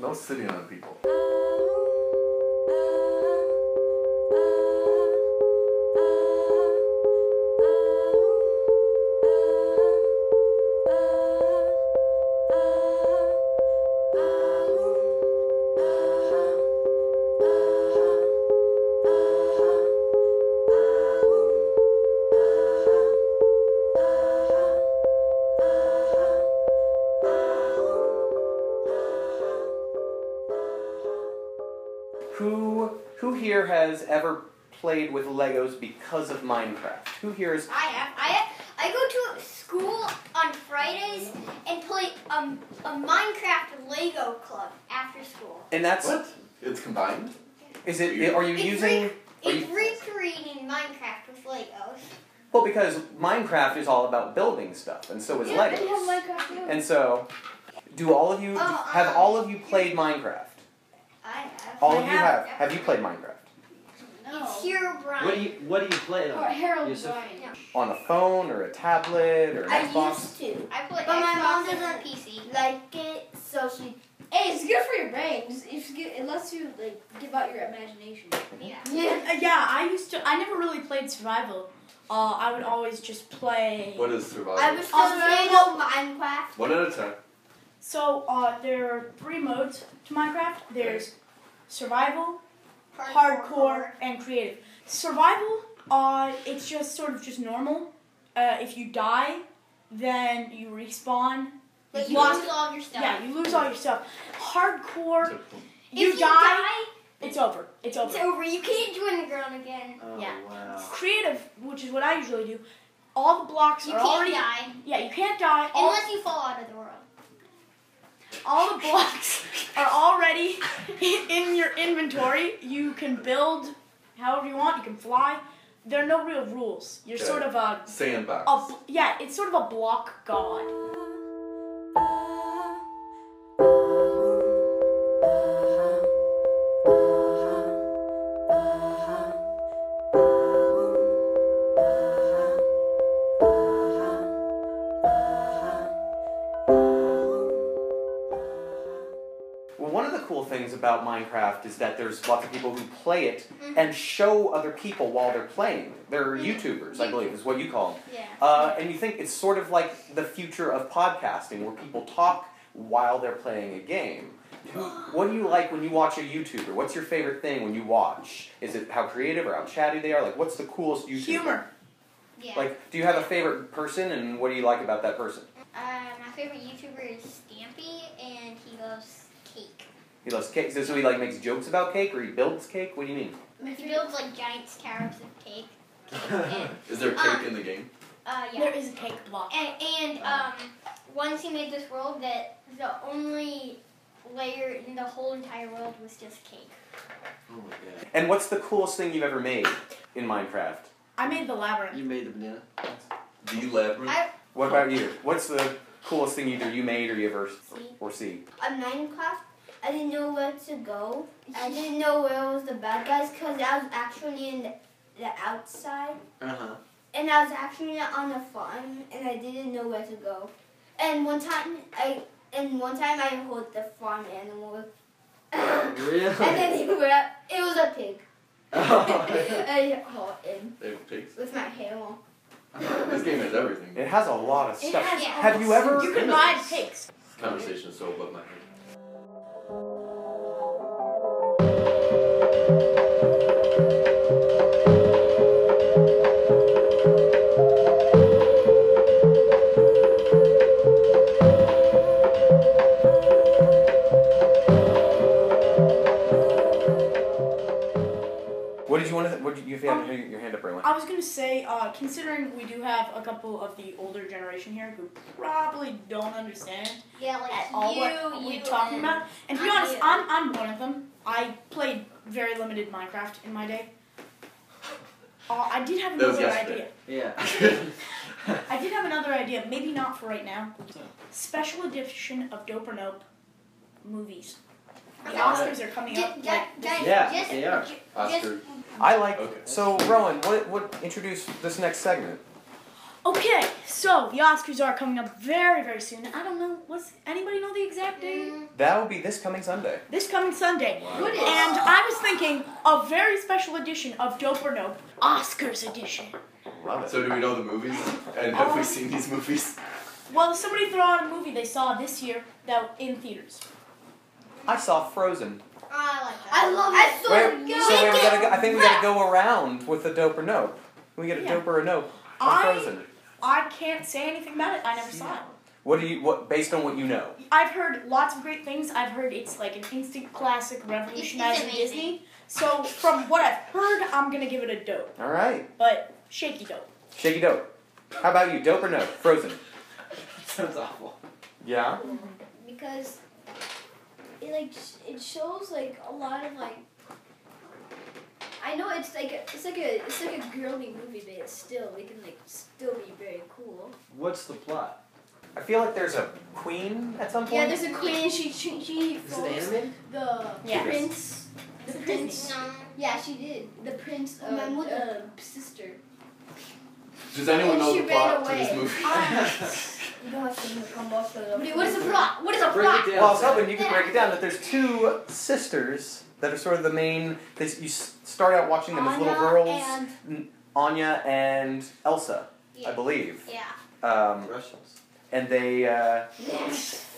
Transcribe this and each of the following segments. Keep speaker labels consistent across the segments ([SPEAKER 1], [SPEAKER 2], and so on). [SPEAKER 1] No sitting on people.
[SPEAKER 2] Who who here has ever played with Legos because of Minecraft? Who here is
[SPEAKER 3] I have. I have. I go to school on Fridays and play um, a Minecraft Lego club after school.
[SPEAKER 2] and that's
[SPEAKER 1] What? It's combined?
[SPEAKER 2] is it are you
[SPEAKER 3] It's
[SPEAKER 2] using are
[SPEAKER 3] It's
[SPEAKER 2] you,
[SPEAKER 3] recreating Minecraft with Legos.
[SPEAKER 2] Well because Minecraft is all about building stuff and so is
[SPEAKER 3] Yeah, they
[SPEAKER 2] Legos.
[SPEAKER 3] Minecraft too.
[SPEAKER 2] And so do all of you
[SPEAKER 3] Oh,
[SPEAKER 2] have
[SPEAKER 3] um,
[SPEAKER 2] all of you played Minecraft?
[SPEAKER 3] I have.
[SPEAKER 2] All
[SPEAKER 4] I
[SPEAKER 2] of you have.
[SPEAKER 4] have.
[SPEAKER 2] Have you played Minecraft?
[SPEAKER 3] It's here, Brian.
[SPEAKER 5] What do you What do you play it
[SPEAKER 4] Or
[SPEAKER 5] on?
[SPEAKER 4] Harold
[SPEAKER 5] Yusuf.
[SPEAKER 4] Bryan.
[SPEAKER 2] On a phone or a tablet or an
[SPEAKER 4] I
[SPEAKER 2] Xbox?
[SPEAKER 4] used to
[SPEAKER 3] I play
[SPEAKER 4] But my
[SPEAKER 3] Xbox
[SPEAKER 4] mom
[SPEAKER 3] and
[SPEAKER 4] doesn't-
[SPEAKER 3] PC.
[SPEAKER 4] like it, so she. Hey, it's good for your brain. It's, it's good, it lets you like give out your imagination.
[SPEAKER 3] Yeah.
[SPEAKER 4] Yeah.
[SPEAKER 6] Uh, yeah, I used to. I never really played survival. Uh, I would always just play.
[SPEAKER 1] What is survival?
[SPEAKER 4] I was
[SPEAKER 6] Also,
[SPEAKER 4] Lego Minecraft.
[SPEAKER 1] One at a time.
[SPEAKER 6] So uh, there are three modes to Minecraft. There's survival, hardcore, and creative. Survival, uh, it's just sort of just normal. Uh, if you die, then you respawn.
[SPEAKER 3] Like you
[SPEAKER 6] Lost-
[SPEAKER 3] lose all of your stuff.
[SPEAKER 6] Yeah, you lose all your stuff. Hardcore,
[SPEAKER 3] If
[SPEAKER 6] you,
[SPEAKER 3] you
[SPEAKER 6] die, it's over. It's
[SPEAKER 3] it's
[SPEAKER 6] over.
[SPEAKER 3] over. You can't join the ground again.
[SPEAKER 5] Oh
[SPEAKER 3] yeah.
[SPEAKER 5] wow.
[SPEAKER 6] Creative, which is what I usually do. All the blocks
[SPEAKER 3] You
[SPEAKER 6] are
[SPEAKER 3] can't
[SPEAKER 6] already.
[SPEAKER 3] die
[SPEAKER 6] Yeah, you can't die. All,
[SPEAKER 3] unless you fall out of the world.
[SPEAKER 6] all the blocks are already in, in your inventory. You can build however you want. You can fly. There are no real rules. You're
[SPEAKER 1] Okay.
[SPEAKER 6] sort of a,
[SPEAKER 1] Sandbox.
[SPEAKER 4] Oh.
[SPEAKER 6] a bl- yeah. It's sort of a block god.
[SPEAKER 2] Well, one of the cool things about Minecraft is that there's lots of people who play it and show other people while they're playing. They're YouTubers, I believe, is what you call them.
[SPEAKER 3] Yeah.
[SPEAKER 2] Uh, and you think it's sort of like the future of podcasting, where people talk while they're playing a game. Who, what do you like when you watch a YouTuber? What's your favorite thing when you watch? Is it how creative or how chatty they are? Like, what's the coolest YouTuber?
[SPEAKER 6] Humor.
[SPEAKER 3] Yeah.
[SPEAKER 2] Like, do you have a favorite person, and what do you like about that person?
[SPEAKER 3] uh, my favorite YouTuber is Stampy, and he loves cake.
[SPEAKER 2] He loves cake. So, so he like makes jokes about cake, or he builds cake. What do you mean?
[SPEAKER 3] He builds like giant scarabs of cake.
[SPEAKER 1] is there
[SPEAKER 4] Um.
[SPEAKER 1] cake in the game?
[SPEAKER 3] Uh, yeah.
[SPEAKER 6] There is a cake block.
[SPEAKER 3] And, and um, once he made this world, that the only layer in the whole entire world was just cake.
[SPEAKER 5] Oh my
[SPEAKER 2] And what's the coolest thing you've ever made in Minecraft?
[SPEAKER 6] I made the
[SPEAKER 5] god.
[SPEAKER 6] labyrinth.
[SPEAKER 5] You made the banana.
[SPEAKER 1] The labyrinth?
[SPEAKER 3] I
[SPEAKER 2] What about you? What's the coolest thing either you made or you ever or see?
[SPEAKER 4] on Minecraft, I didn't know where to go. I didn't know where was the bad guys because I was actually in the, the outside
[SPEAKER 5] Uh huh.
[SPEAKER 4] and I was actually on a farm and I didn't know where to go. And one time I and one time I hold the farm animal and
[SPEAKER 5] Really?
[SPEAKER 4] then he grabbed it was a pig.
[SPEAKER 5] Oh.
[SPEAKER 4] I hold him
[SPEAKER 1] They have pigs.
[SPEAKER 4] with my hammer.
[SPEAKER 1] This game has everything.
[SPEAKER 2] It has a lot of
[SPEAKER 6] It
[SPEAKER 2] stuff.
[SPEAKER 6] has
[SPEAKER 3] Yeah.
[SPEAKER 6] all
[SPEAKER 2] Have
[SPEAKER 6] the-
[SPEAKER 2] you ever-
[SPEAKER 6] You can buy pigs.
[SPEAKER 1] This conversation is so above my head.
[SPEAKER 2] What did you want to? What did you you had your hand up, Raylan?
[SPEAKER 6] I was gonna say, uh, considering we do have a couple of the older generation here who probably don't understand
[SPEAKER 3] yeah, like
[SPEAKER 6] at all
[SPEAKER 3] you,
[SPEAKER 6] what
[SPEAKER 3] you
[SPEAKER 6] we're talking
[SPEAKER 3] and-
[SPEAKER 6] about, and to be
[SPEAKER 3] I
[SPEAKER 6] honest,
[SPEAKER 3] do.
[SPEAKER 6] I'm I'm one of them. I played very limited Minecraft in my day. Uh, I did have
[SPEAKER 1] That was
[SPEAKER 6] another
[SPEAKER 1] yesterday.
[SPEAKER 6] idea.
[SPEAKER 5] Yeah.
[SPEAKER 6] I did have another idea. Maybe not for right now. Special edition of Dope or Nope movies. The
[SPEAKER 3] Okay.
[SPEAKER 6] Oscars are coming
[SPEAKER 3] Ju-
[SPEAKER 6] up.
[SPEAKER 3] ju-
[SPEAKER 6] like,
[SPEAKER 3] guys,
[SPEAKER 5] Yeah,
[SPEAKER 3] just,
[SPEAKER 5] they are.
[SPEAKER 3] ju- just
[SPEAKER 1] Oscar.
[SPEAKER 2] I like.
[SPEAKER 1] Okay.
[SPEAKER 2] So, Rowan, what what introduce this next segment?
[SPEAKER 6] Okay, So the Oscars are coming up very, very soon. I don't know. What's anybody know the exact date?
[SPEAKER 3] Mm,
[SPEAKER 2] That will be this coming Sunday.
[SPEAKER 6] This coming Sunday.
[SPEAKER 3] What is?
[SPEAKER 6] And I was thinking a very special edition of Dope or Nope, Oscars edition.
[SPEAKER 2] Love it.
[SPEAKER 1] So do we know the movies? And have
[SPEAKER 4] Um.
[SPEAKER 1] we seen these movies?
[SPEAKER 6] Well, somebody throw out a movie they saw this year that in theaters.
[SPEAKER 2] I saw Frozen.
[SPEAKER 3] Oh, I like that.
[SPEAKER 4] I love
[SPEAKER 3] I
[SPEAKER 4] it.
[SPEAKER 3] saw
[SPEAKER 2] Wait,
[SPEAKER 3] it.
[SPEAKER 2] so wait, we
[SPEAKER 3] Make
[SPEAKER 2] gotta
[SPEAKER 3] it
[SPEAKER 2] go, I think we
[SPEAKER 3] rap.
[SPEAKER 2] gotta go around with the dope or nope. We get a
[SPEAKER 6] Yeah.
[SPEAKER 2] dope or a nope on
[SPEAKER 6] I-
[SPEAKER 2] Frozen.
[SPEAKER 6] I can't say anything about it. I never saw it.
[SPEAKER 2] What do you what based on what you know?
[SPEAKER 6] I've heard lots of great things. I've heard it's like an instant classic, revolutionizing
[SPEAKER 3] amazing.
[SPEAKER 6] Disney. So from what I've heard, I'm gonna give it a dope,
[SPEAKER 2] All right,
[SPEAKER 6] but shaky dope.
[SPEAKER 2] shaky dope. How about you, dope or nope? Frozen.
[SPEAKER 5] Sounds awful.
[SPEAKER 2] Yeah.
[SPEAKER 4] because it like sh- it shows like a lot of like I know it's like a, it's like a it's like a girly movie, but it's still it can like still be very cool.
[SPEAKER 5] What's the plot?
[SPEAKER 2] I feel like there's a queen at some point.
[SPEAKER 4] Yeah, there's a queen. She she, she
[SPEAKER 5] Is it
[SPEAKER 4] follows
[SPEAKER 5] animated?
[SPEAKER 4] the
[SPEAKER 6] Yeah.
[SPEAKER 4] prince. The prince.
[SPEAKER 3] No.
[SPEAKER 4] Yeah, she did. The prince of
[SPEAKER 6] My
[SPEAKER 4] uh,
[SPEAKER 6] mother.
[SPEAKER 4] sister.
[SPEAKER 1] Does anyone
[SPEAKER 4] And
[SPEAKER 1] know
[SPEAKER 4] she
[SPEAKER 1] the plot
[SPEAKER 4] ran
[SPEAKER 1] to this
[SPEAKER 4] away. Um,
[SPEAKER 1] movie?
[SPEAKER 4] You don't have to come up with it. What is the plot? What is the
[SPEAKER 5] Break
[SPEAKER 4] plot?
[SPEAKER 5] it down.
[SPEAKER 2] Well, I was hoping you could break it down that there's two sisters that are sort of the main. That you s- start out watching them as little
[SPEAKER 4] Anna
[SPEAKER 2] girls,
[SPEAKER 4] and-
[SPEAKER 2] Anya and Elsa,
[SPEAKER 3] Yeah.
[SPEAKER 2] I believe.
[SPEAKER 3] Yeah.
[SPEAKER 2] Um,
[SPEAKER 5] Russians.
[SPEAKER 2] and they uh,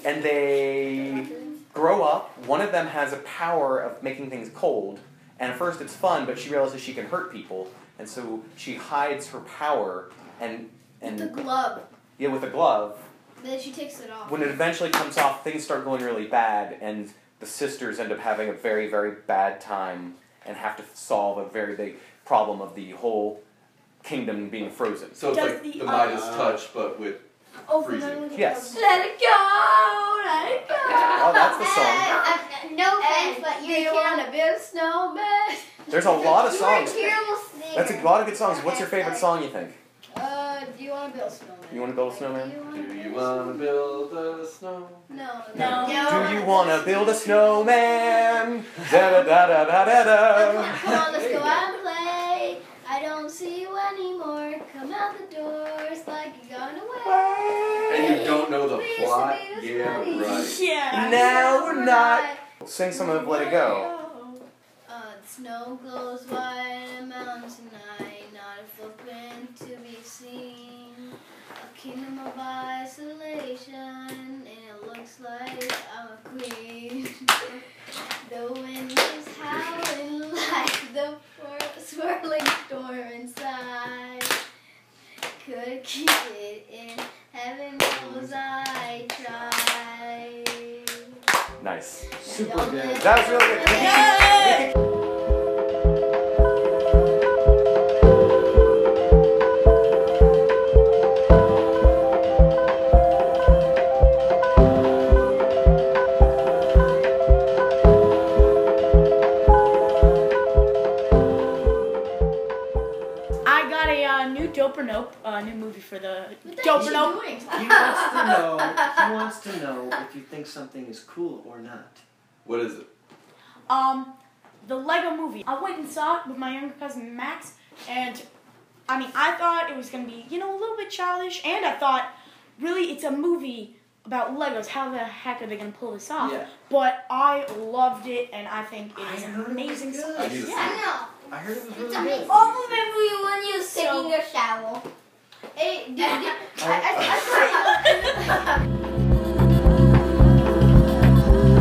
[SPEAKER 2] and they grow up. One of them has a power of making things cold, and at first it's fun, but she realizes she can hurt people, and so she hides her power and and
[SPEAKER 4] The glove.
[SPEAKER 2] yeah with a glove.
[SPEAKER 4] Then she takes it off.
[SPEAKER 2] When it eventually comes off, things start going really bad, and the sisters end up having a very, very bad time and have to solve a very big problem of the whole kingdom being frozen.
[SPEAKER 1] So it's
[SPEAKER 6] Does
[SPEAKER 1] like
[SPEAKER 6] the
[SPEAKER 1] the Midas
[SPEAKER 4] uh,
[SPEAKER 5] other-
[SPEAKER 1] touch, but with
[SPEAKER 4] Oh,
[SPEAKER 1] Freezing.
[SPEAKER 4] then we can
[SPEAKER 2] Yes.
[SPEAKER 4] Let it go. Let it go.
[SPEAKER 2] Oh, that's the song.
[SPEAKER 3] Uh, no offense, but you
[SPEAKER 4] they
[SPEAKER 3] can't.
[SPEAKER 4] want to build snowman.
[SPEAKER 2] There's a lot of
[SPEAKER 3] You are a
[SPEAKER 2] songs.
[SPEAKER 3] terrible singer.
[SPEAKER 2] That's a lot of good songs. What's your favorite song you think?
[SPEAKER 4] Uh, do you want to build snowman?
[SPEAKER 2] You want to build a snowman?
[SPEAKER 4] Do you
[SPEAKER 1] Do
[SPEAKER 4] want to
[SPEAKER 1] you wanna build a snow?
[SPEAKER 4] No.
[SPEAKER 6] No.
[SPEAKER 2] Do you wanna build a snowman? Da da da da da da da.
[SPEAKER 4] Come on, let's go out and play. I don't see you anymore. Come out the doors like you're going away.
[SPEAKER 1] And you don't know the
[SPEAKER 4] We used to
[SPEAKER 1] plot?
[SPEAKER 4] be this
[SPEAKER 1] Yeah,
[SPEAKER 4] funny.
[SPEAKER 1] right.
[SPEAKER 6] Yeah.
[SPEAKER 2] Now we're not. Sing some of Let It Go.
[SPEAKER 4] Uh, the snow glows white on the mountain tonight, not a footprint to be seen. A kingdom of isolation, and it looks like I'm a queen. the wind is howling like the whir- swirling storm inside. Could keep it in, heaven knows I tried.
[SPEAKER 2] Nice.
[SPEAKER 5] Super good.
[SPEAKER 2] That was really good.
[SPEAKER 6] Yay! I got a uh, new Dope or Nope, uh, new movie for the Dope or Nope.
[SPEAKER 5] He wants to know. He wants to know if you think something is cool or not.
[SPEAKER 1] What is it?
[SPEAKER 6] Um, the Lego movie. I went and saw it with my younger cousin Max, and I mean, I thought it was gonna be, you know, a little bit childish, and I thought, really, it's a movie about Legos. How the heck are they gonna pull this off?
[SPEAKER 5] Yeah.
[SPEAKER 6] But I loved it, and I think Oh, it is
[SPEAKER 5] I
[SPEAKER 6] an
[SPEAKER 5] heard it was
[SPEAKER 6] amazing.
[SPEAKER 5] good.
[SPEAKER 6] story.
[SPEAKER 1] I need to see
[SPEAKER 3] I
[SPEAKER 1] it.
[SPEAKER 3] know.
[SPEAKER 5] I heard it was really
[SPEAKER 3] It's amazing.
[SPEAKER 5] good.
[SPEAKER 3] Oh, remember you when you was
[SPEAKER 6] So-
[SPEAKER 3] taking a shower.
[SPEAKER 4] Hey, did, did, I,
[SPEAKER 3] Do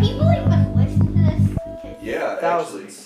[SPEAKER 3] people even listen to this?
[SPEAKER 1] Yeah, actually.
[SPEAKER 2] Thousands.